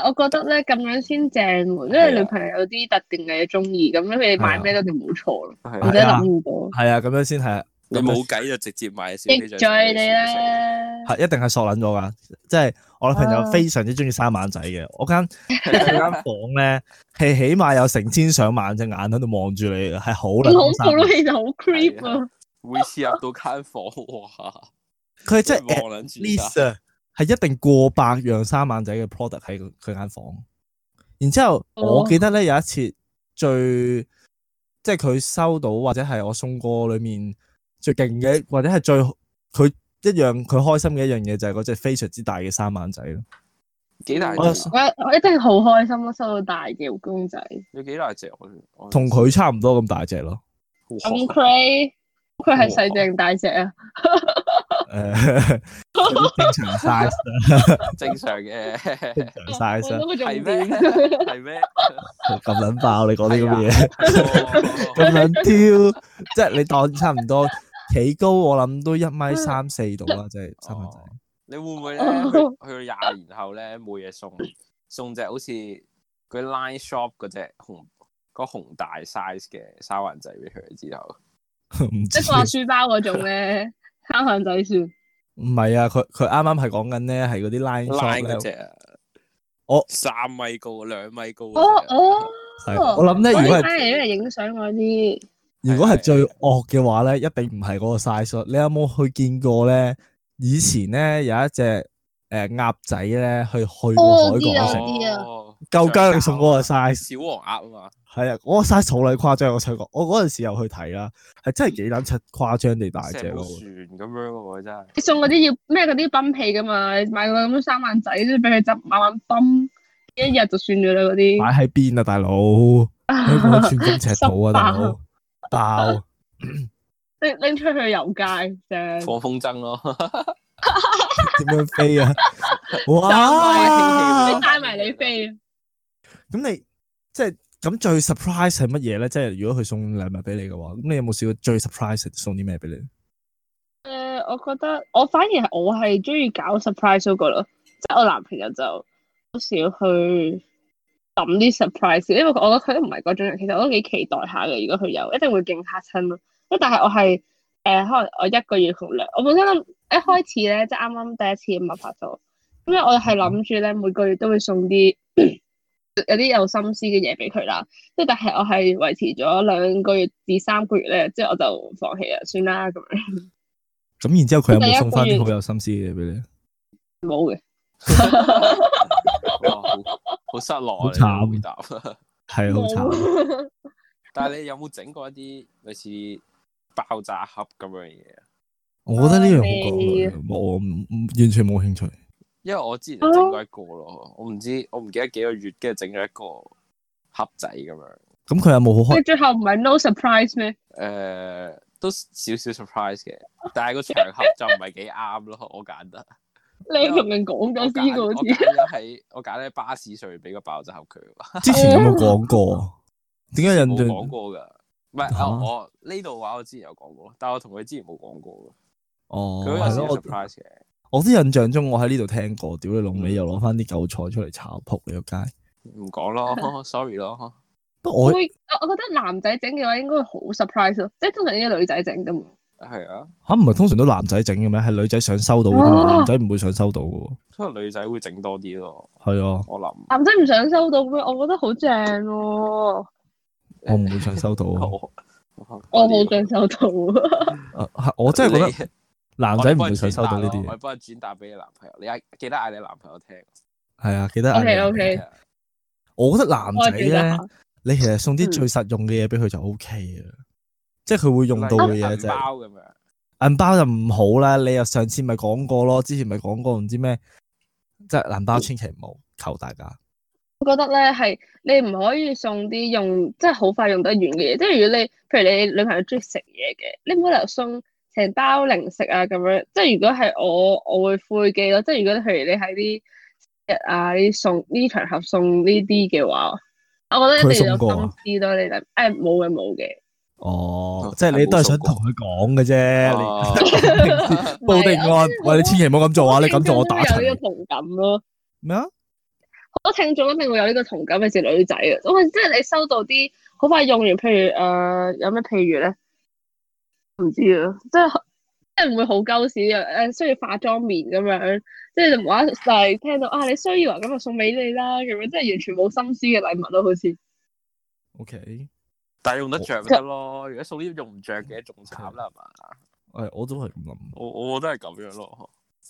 Speaker 3: 我覺得咧咁樣先正喎，因
Speaker 2: 係
Speaker 3: 為
Speaker 2: 啊
Speaker 3: 女朋友有啲特定嘅嘢中意，咁你買
Speaker 1: à.
Speaker 3: 咩都一定冇錯咯，
Speaker 2: 係
Speaker 3: 或
Speaker 1: 啊
Speaker 3: 者諗唔到，
Speaker 1: 係啊，咁樣先係，
Speaker 2: 你冇計就直接買小
Speaker 3: 益
Speaker 2: 飛象送
Speaker 3: 咗
Speaker 2: 俾
Speaker 3: 你
Speaker 2: 小飛象。
Speaker 3: 啦。
Speaker 1: 係一定係索撚咗噶。即係我女朋友
Speaker 3: 啊
Speaker 1: 非常之中意生猛仔嘅，我間我間 (laughs) 房
Speaker 2: (laughs)
Speaker 1: 咧係起碼有成千上萬隻眼喺度望住你，係好
Speaker 3: 咁恐
Speaker 1: 撚生
Speaker 3: 怖
Speaker 1: 猛
Speaker 3: 咯，其實好 creep 啊！
Speaker 2: 每次入到間房，哇！
Speaker 1: 佢即係
Speaker 2: 望撚住
Speaker 1: list 啊，係一定過百樣三眼仔嘅 product 喺佢佢間房。然之後
Speaker 3: 哦
Speaker 1: 我記得咧有一次最即係佢收到或者係我送過裡面最勁嘅，或者係最佢一樣佢開心嘅一樣嘢就係嗰只非常之大嘅三眼仔咯。
Speaker 2: 幾大
Speaker 1: 我
Speaker 2: 隻？啊
Speaker 3: 我我一定好開心咯，收到大嘅公仔，
Speaker 2: 有幾大隻？我我
Speaker 1: 同佢差唔多咁大隻咯。
Speaker 3: 咁 cray，佢係細隻定大隻啊？
Speaker 1: 誒 (laughs) 正常 size 啦
Speaker 2: 正常
Speaker 3: (laughs)
Speaker 2: 嘅，
Speaker 1: 正常 size 啦
Speaker 3: 我覺得佢
Speaker 2: 係
Speaker 3: 重
Speaker 2: 咩？
Speaker 3: 點
Speaker 2: 係
Speaker 3: (laughs)
Speaker 2: 咩？
Speaker 1: 咁撚爆你講啲咁嘅嘢。
Speaker 2: 嘢，
Speaker 1: 咁樣挑，
Speaker 3: (laughs)
Speaker 1: 即係你當差唔多企高，我諗都一米
Speaker 3: 嗯
Speaker 1: 三四度啦，即係
Speaker 3: 哦
Speaker 1: 三分仔。 (laughs)
Speaker 2: 你會唔會咧？
Speaker 3: (laughs)
Speaker 2: 去去到廿年後咧，冇嘢送，送隻好似佢 Line Shop 嗰隻紅嗰紅大 size 嘅沙環仔俾佢之後，
Speaker 1: 唔
Speaker 3: 即
Speaker 1: 知
Speaker 3: 係掛書包嗰種咧，慳慳仔算。
Speaker 1: 唔係啊，佢佢啱啱係講緊咧，係嗰啲 line
Speaker 2: line 嗰
Speaker 1: shop
Speaker 2: 只
Speaker 1: 咧。
Speaker 2: 啊，
Speaker 1: 我
Speaker 2: 三米高、兩米高嗰隻
Speaker 3: 哦
Speaker 2: 啊，
Speaker 3: 哦，
Speaker 1: 係我諗咧，
Speaker 3: 我
Speaker 1: 如果
Speaker 3: 啲
Speaker 1: 係
Speaker 3: 翻嚟因為影相嗰啲。
Speaker 1: 如果係最惡嘅話咧，一定唔係嗰個 size 咯。你有冇去見過咧？以前咧有一隻誒鴨仔咧，去去過
Speaker 3: 哦
Speaker 1: 海
Speaker 3: 知啊
Speaker 1: 港
Speaker 3: 我
Speaker 1: 城，
Speaker 3: 知啊
Speaker 2: 哦
Speaker 1: 夠姜你送啊嗰個 size。
Speaker 2: 小黃鴨啊嘛，
Speaker 1: 係啊，嗰個 size 好鬼誇張，我想講，我嗰陣時又去睇啦，係真係幾撚出誇張地大隻
Speaker 2: 隻
Speaker 1: 咯
Speaker 2: 部。船咁樣喎，真係。
Speaker 3: 你送嗰啲要咩嗰啲泵氣噶嘛？你買個咁三萬仔，都俾佢執慢慢泵，一日就算咗啦嗰啲。
Speaker 1: 擺喺邊啊，大佬？香港寸金尺土啊，大佬！爆！
Speaker 3: 拎拎出去遊街啫。
Speaker 2: 放風箏
Speaker 3: (laughs)
Speaker 2: 咯，
Speaker 1: 點樣飛啊？
Speaker 2: 啊
Speaker 1: 哇！
Speaker 3: 你帶埋你飛，
Speaker 1: 咁你即係咁最 surprise 係乜嘢咧？即係如果佢送禮物俾你嘅話，咁你有冇試過最 surprise 係送啲咩俾你？
Speaker 3: 誒、呃我覺得我反而係我係中意搞 surprise 嗰個咯，即係我男朋友就好少去抌啲 surprise，因為我覺得佢都唔係嗰種人。其實我都幾期待下嘅，如果佢有，一定會勁嚇親咯。即係但係我係誒，可能我一個月同兩，我本身諗一開始咧，即係啱啱第一次物拍到，咁咧我係諗住咧每個月都會送啲有啲有心思嘅嘢俾佢啦，即係但係我係維持咗兩個月至三個月咧，之後我就放棄啦，算啦咁樣，
Speaker 1: 咁然之後佢有
Speaker 3: 第一
Speaker 1: 冇
Speaker 3: 個
Speaker 1: 送翻
Speaker 3: 月
Speaker 1: 啲好有心思嘅嘢俾你？
Speaker 3: 冇嘅。
Speaker 2: 哇好好失落啊！
Speaker 1: 好
Speaker 2: 你嘅
Speaker 1: 慘
Speaker 2: 回答。
Speaker 1: 係啊好慘，
Speaker 3: 冇
Speaker 2: 但係你有冇整過一啲類似爆炸盒咁樣嘅嘢啊？
Speaker 1: 我覺得呢樣好過佢，啊冇我唔唔完全冇興趣。
Speaker 2: 因為我之前
Speaker 3: 嗯
Speaker 2: 就整過一個咯，我唔知我唔記得幾個月，跟住整咗一個盒仔咁樣。
Speaker 1: 咁佢有冇
Speaker 3: (laughs)
Speaker 1: 好開？
Speaker 3: 你最後唔係 no surprise 咩？
Speaker 2: 诶、都少少 surprise 嘅，但係個場合就唔係幾啱咯。 (laughs) 我揀得，
Speaker 3: 你同人講
Speaker 2: 我
Speaker 3: 咗先
Speaker 2: 揀
Speaker 3: 嘅
Speaker 2: 我
Speaker 3: 好似
Speaker 2: 揀。咗喺我揀咗喺巴士上面俾個爆炸盒佢，
Speaker 1: 之前有冇講過？點解印
Speaker 2: 冇講
Speaker 1: 象？
Speaker 2: 過㗎。唔係
Speaker 1: 嚇
Speaker 2: 啊，我呢度話我之前有講過，但係我同佢之前冇講過
Speaker 1: 哦
Speaker 2: 㗎。，佢
Speaker 1: 係
Speaker 2: 嗰
Speaker 1: 咯，
Speaker 2: 個
Speaker 1: 我
Speaker 2: surprise 嘅，
Speaker 1: 我啲印象中，我喺呢度聽過，屌你老味，又攞翻啲韭菜出嚟炒仆你個街。
Speaker 2: 唔講咯 (laughs) ，sorry 咯。
Speaker 1: 不過我
Speaker 3: 會我我覺得男仔整嘅話應該會好 surprise 咯，即係通常呢啲女仔整㗎嘛。
Speaker 2: 係啊，
Speaker 1: 吓唔係通常都男仔整嘅咩？係女仔想收到嘅嘛，
Speaker 3: 啊
Speaker 1: 男仔唔會想收到嘅
Speaker 2: 通常女仔會整多啲咯，
Speaker 1: 喎。係啊，
Speaker 2: 我諗。
Speaker 3: 男仔唔想收到咩？我覺得好正喎、
Speaker 1: 我唔會想收到啊。
Speaker 2: (laughs) 我
Speaker 3: 我冇想收到喎。
Speaker 1: 啊係我真係覺得
Speaker 2: 得
Speaker 1: 男仔唔會想收到呢啲
Speaker 2: 我
Speaker 1: 嘢。
Speaker 2: 幫佢轉達俾你男朋友，你嗌記得嗌你男朋友聽。
Speaker 1: 係啊，記得
Speaker 3: OK
Speaker 1: 嗌你
Speaker 3: OK，
Speaker 2: 係啊
Speaker 1: 我覺得男
Speaker 3: 我
Speaker 1: 仔
Speaker 3: 記得
Speaker 1: 咧
Speaker 3: 下，。
Speaker 1: 你其實送啲
Speaker 3: 嗯
Speaker 1: 最實用嘅嘢俾佢就 O K 嘅，即係佢會用到嘅嘢
Speaker 2: 銀
Speaker 1: 就係
Speaker 2: 包咁樣。
Speaker 1: 銀包就唔好啦，你又上次咪講過咯，之前咪講過唔知咩，即係銀包千祈唔好，求大家。
Speaker 3: 我覺得咧係你唔可以送啲用即係好快用得完嘅嘢，即係如果你譬如你女朋友中意食嘢嘅，你唔好理由送成包零食啊咁樣。即係如果係我，我會灰機咯。即係如果譬如你喺啲日啊啲送呢場合送呢啲嘅話，我覺得一定要有
Speaker 1: 佢送過
Speaker 3: 心
Speaker 1: 啊
Speaker 3: 思咯。你哋誒冇嘅冇嘅，
Speaker 1: 哦
Speaker 2: 哦，
Speaker 1: 即係你都係想同佢講嘅啫，你
Speaker 2: 哦
Speaker 1: (laughs) 報定案，喂，你千祈唔好咁做啊！你咁做我打
Speaker 3: 啊我聽眾都
Speaker 1: 柒
Speaker 3: 有呢
Speaker 1: 你
Speaker 3: 個同感咯。
Speaker 1: 咩啊？
Speaker 3: 我聽眾一定會有呢個同感，尤其是女仔啊。因為即係你收到啲好快用完，譬如誒、呃有咩譬如咧，唔知啊，即係 (laughs) 即係唔會好鳩屎啊！誒需要化妝棉咁樣，即係你無啦啦就係聽到啊你需要啊，咁就送俾你啦咁樣，即係完全冇心思嘅禮物咯，好似
Speaker 1: O K，
Speaker 2: 但係用得着咪得咯，如果送啲用唔着嘅仲慘啦，係嘛？
Speaker 1: 誒，哎我都係咁諗。
Speaker 2: 我我都係咁樣咯。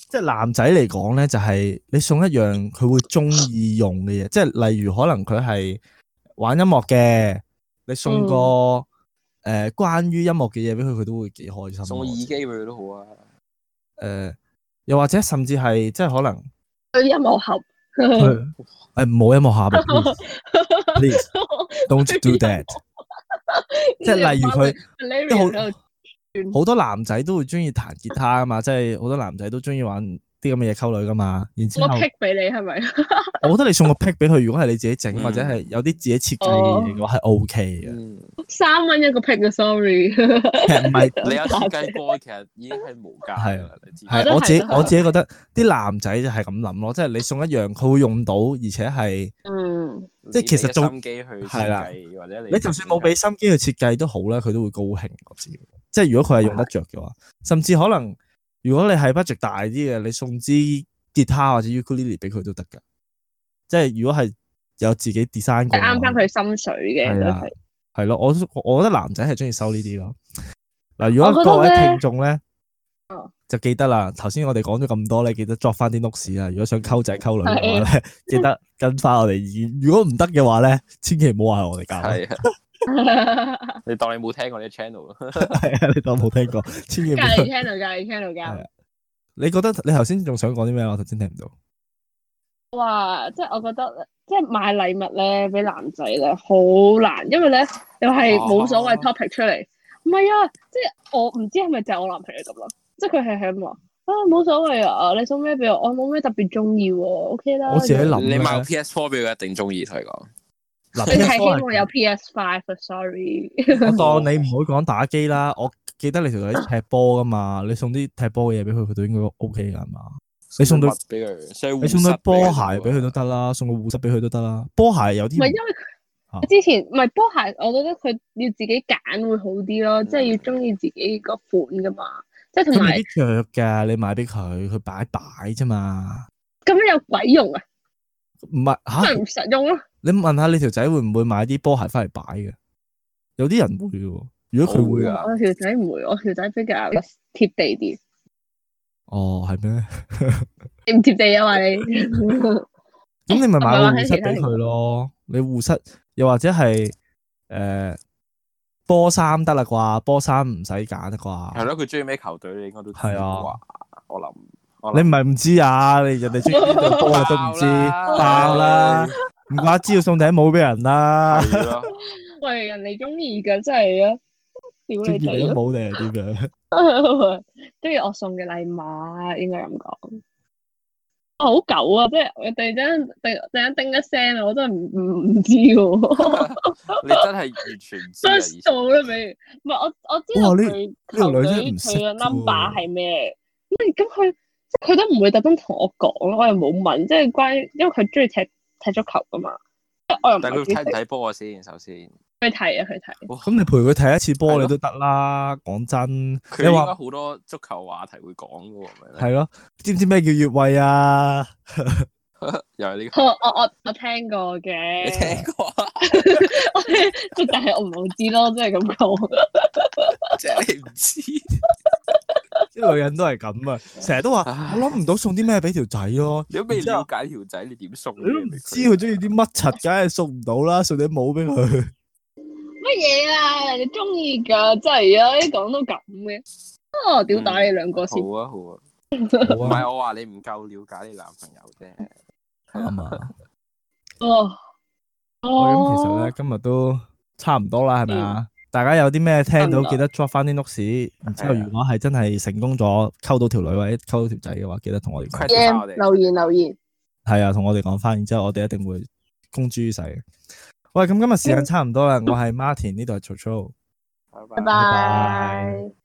Speaker 1: 即係男仔嚟講咧，就係、你送一樣佢會中意用嘅嘢，即係例如可能佢係玩音樂嘅，你
Speaker 3: 嗯
Speaker 1: 送個誒、呃、關於音樂嘅嘢俾佢，佢都會幾開心。
Speaker 2: 送個耳機俾佢都好啊。
Speaker 1: 誒、呃又或者甚至係即係可
Speaker 3: (laughs)
Speaker 1: 能
Speaker 3: 佢音樂盒。
Speaker 1: 佢誒冇音樂下邊
Speaker 3: (laughs)
Speaker 1: ，please don't do that。即係例如佢。
Speaker 3: Larry
Speaker 1: 即係好
Speaker 3: 喺度
Speaker 1: 好多男仔都會中意彈吉他啊嘛，即係好多男仔都中意玩啲咁嘅嘢溝女噶嘛。然之
Speaker 3: 送
Speaker 1: 後，
Speaker 3: 個 pick 俾你係咪？ (laughs)
Speaker 1: 我覺得你送個 pick 俾佢，如果係你自己整
Speaker 2: 嗯
Speaker 1: 或者係有啲自己設計嘅嘢嘅話，係 O K
Speaker 3: (laughs)
Speaker 1: 嘅。
Speaker 2: 嗯，
Speaker 3: 三蚊一個 pick 嘅，sorry。
Speaker 1: 其實唔係，
Speaker 3: (laughs)
Speaker 2: 你有設計過，其實已經係無價㗎啦。你知唔知
Speaker 3: 係
Speaker 1: 係啊
Speaker 3: 都
Speaker 1: 我自己
Speaker 3: 都係
Speaker 1: 我自己覺得啲男仔就係咁諗咯，即係你送一樣佢會用到，而且係
Speaker 3: 嗯，
Speaker 1: 即係其實做
Speaker 2: 你俾心機去設
Speaker 1: 係啦
Speaker 2: 計，或者你
Speaker 1: 你就算冇俾心機去設計都好啦，佢都會高興。我知，即係如果佢係用得着嘅話，甚至可能如果你係 budget 大啲嘅，你送支吉他或者 ukulele 俾佢都得㗎。即係如果係有自己 design
Speaker 3: 即
Speaker 1: 過
Speaker 3: 係
Speaker 1: 嘅話，
Speaker 3: 啱翻佢心水嘅
Speaker 1: 哦係啊
Speaker 3: 都
Speaker 1: 啦
Speaker 3: 係。
Speaker 1: 係咯，我我我覺得男仔係中意收呢啲咯。嗱，如
Speaker 3: 我覺
Speaker 1: 果
Speaker 3: 得
Speaker 1: 各位
Speaker 3: 咧
Speaker 1: 聽眾咧
Speaker 3: 哦，
Speaker 1: 就記得啦。頭先我哋講咗咁多咧，記得作翻啲 notes 啊。如果想溝仔溝女
Speaker 3: (laughs)
Speaker 1: 嘅話咧，記得跟翻我哋意見。如果唔得嘅話咧，千祈唔好話我哋教。
Speaker 2: 係啊，
Speaker 3: (laughs)
Speaker 2: 你當你冇聽過呢個 channel 咯。
Speaker 1: 係 (laughs) 啊，你當冇聽過，千祈唔
Speaker 3: 隔
Speaker 1: 好。
Speaker 3: 離 channel，隔離 channel，隔離
Speaker 1: 係啊你覺得你頭先仲想講啲咩啊？我頭先聽唔到。
Speaker 3: 哇！即係我覺得，即係買禮物咧，俾男仔咧好難，因為咧又係冇所謂
Speaker 2: 哦
Speaker 3: topic 出嚟。唔係啊，即係我唔知係咪就係我男朋友咁咯，即係佢係係咁話啊，冇所謂啊，你送咩俾我？我冇咩特別中意喎，OK 啦。
Speaker 1: 我自己諗啊
Speaker 2: 你買
Speaker 1: 咧
Speaker 2: 個，PS Four 俾佢，一定中意同你講。
Speaker 1: (laughs) 嗱啊
Speaker 3: 你係
Speaker 1: PS4
Speaker 3: 希望有
Speaker 1: 係
Speaker 3: PS Five 啊？Sorry，
Speaker 1: 我當你唔好講打機啦。我記得你條女踢波噶嘛，你送啲踢波嘅嘢俾佢，佢都應該 OK 㗎係嘛？你送對
Speaker 2: 物俾佢，啊
Speaker 1: 你送對波鞋俾佢都得啦，送個護膝俾佢都得啦。波鞋有啲
Speaker 3: 唔係因為
Speaker 1: 啊
Speaker 3: 之前唔係波鞋，我覺得佢要自己揀會好啲咯，即係要中意自己嗰款噶嘛。即係同
Speaker 1: 佢未
Speaker 3: 埋
Speaker 1: 必着噶，你買俾佢，佢擺擺啫嘛。
Speaker 3: 咁樣有鬼用啊，
Speaker 1: 唔係
Speaker 3: 可
Speaker 1: 吓，
Speaker 3: 能唔實用啊咯。
Speaker 1: 你問下你條仔會唔會買啲波鞋翻嚟擺嘅？有啲人會嘅，如果佢
Speaker 2: 我
Speaker 1: 會
Speaker 2: 會
Speaker 1: 啊，
Speaker 2: 啊
Speaker 3: 我條仔唔會，我條仔比較貼地啲。
Speaker 1: 哦係咩？
Speaker 3: 你唔貼地啊嘛你？
Speaker 1: 咁你咪買個
Speaker 3: 我咪話喺
Speaker 1: 護膝
Speaker 3: 其他
Speaker 1: 俾
Speaker 3: 地方
Speaker 1: 佢咯。你護膝又或者係诶、呃波衫得啦啩，波衫唔使揀啦
Speaker 2: 係
Speaker 1: 啩。
Speaker 2: 咯，佢中意咩球隊，你應該都知
Speaker 1: 係啊
Speaker 2: 啩。我諗我
Speaker 1: 你
Speaker 2: 諗
Speaker 1: 唔係唔知啊？你人哋中意邊
Speaker 2: (laughs)
Speaker 1: 隊波你都唔知，爆啦
Speaker 2: 爆啦！
Speaker 1: 唔怪知要送頂帽俾人啦。
Speaker 2: 係咯，
Speaker 3: 喂，人哋中意㗎，真係啊！屌
Speaker 1: (laughs) 中
Speaker 3: 你
Speaker 1: 意你都
Speaker 3: 哋
Speaker 1: 冇定係點樣？
Speaker 3: 啊， (laughs) 中意我送嘅禮物，應該咁講。我好狗啊！即係我突然間突突然間叮一聲啊，我真係唔唔唔知喎。
Speaker 2: 你真係完全唔知
Speaker 3: (laughs)
Speaker 2: 啊！以
Speaker 3: search
Speaker 2: 前
Speaker 3: 到啦未？唔係我我知道
Speaker 1: 哇呢
Speaker 3: 佢
Speaker 1: 條女
Speaker 3: 球
Speaker 1: 真係
Speaker 3: 隊
Speaker 1: 唔識
Speaker 3: 佢嘅
Speaker 1: 喎
Speaker 3: number 係咩？咁咁佢即係佢都唔會特登同我講咯，我又冇問，即係關於因為佢中意踢踢足球噶嘛，即係我又唔
Speaker 2: 但係佢
Speaker 3: 係幾
Speaker 2: 睇唔
Speaker 3: 識
Speaker 2: 睇波啊？先首先，
Speaker 3: 佢睇啊佢睇。
Speaker 2: 哇！
Speaker 1: 咁你陪佢睇一次
Speaker 2: 係
Speaker 1: 波
Speaker 2: 咯
Speaker 1: 你都得啦。講真，
Speaker 2: 佢
Speaker 1: 你
Speaker 2: 應
Speaker 1: 話
Speaker 2: 該好多足球話題會講嘅喎，係咪咧
Speaker 1: 係咯，知唔知咩叫越位啊？
Speaker 2: 又係呢個
Speaker 3: 我我我我聽過
Speaker 2: (laughs)
Speaker 3: 嘅，
Speaker 2: 你聽過啊？
Speaker 3: 即係 (laughs) 但係我唔好知咯，即係咁講。
Speaker 2: 即係你唔知，
Speaker 1: 啲女人都係咁啊，成日都話
Speaker 2: 唉
Speaker 1: 我諗唔到送啲咩俾條仔咯。
Speaker 2: 你都未了解條仔，你點送？
Speaker 1: 你都唔知佢中意啲乜柒，梗係送唔到啦，送頂帽俾佢。
Speaker 3: 乜嘢啊？你中意㗎，真係啊！講到咁嘅，哦，屌打你兩個先。
Speaker 2: 好啊好啊，唔
Speaker 1: 好啊，
Speaker 2: 係我話你唔夠了解你男朋友啫。
Speaker 1: 啱啊。
Speaker 2: 嗯
Speaker 3: 哦，
Speaker 1: 喂咁其實
Speaker 3: 哦
Speaker 1: 咧，，今日都差唔多啦，係咪啊？大家有啲咩聽
Speaker 3: 差
Speaker 1: 到
Speaker 3: 唔多
Speaker 1: 記得 drop 翻啲 notes，然之後
Speaker 2: 係啊
Speaker 1: 如果係真係成功咗溝到條女或者溝到條仔嘅話，記得同我哋講。
Speaker 2: 其實我哋
Speaker 3: 留言留言。
Speaker 1: 係啊，同我哋講翻，然之後我哋一定會公諸於世嘅。嗯
Speaker 3: 啊
Speaker 1: 喂，咁今日時間差唔多啦，我係 Martin，呢度係 Chocho。
Speaker 2: 拜
Speaker 3: 拜
Speaker 2: 拜
Speaker 1: 拜
Speaker 3: 拜。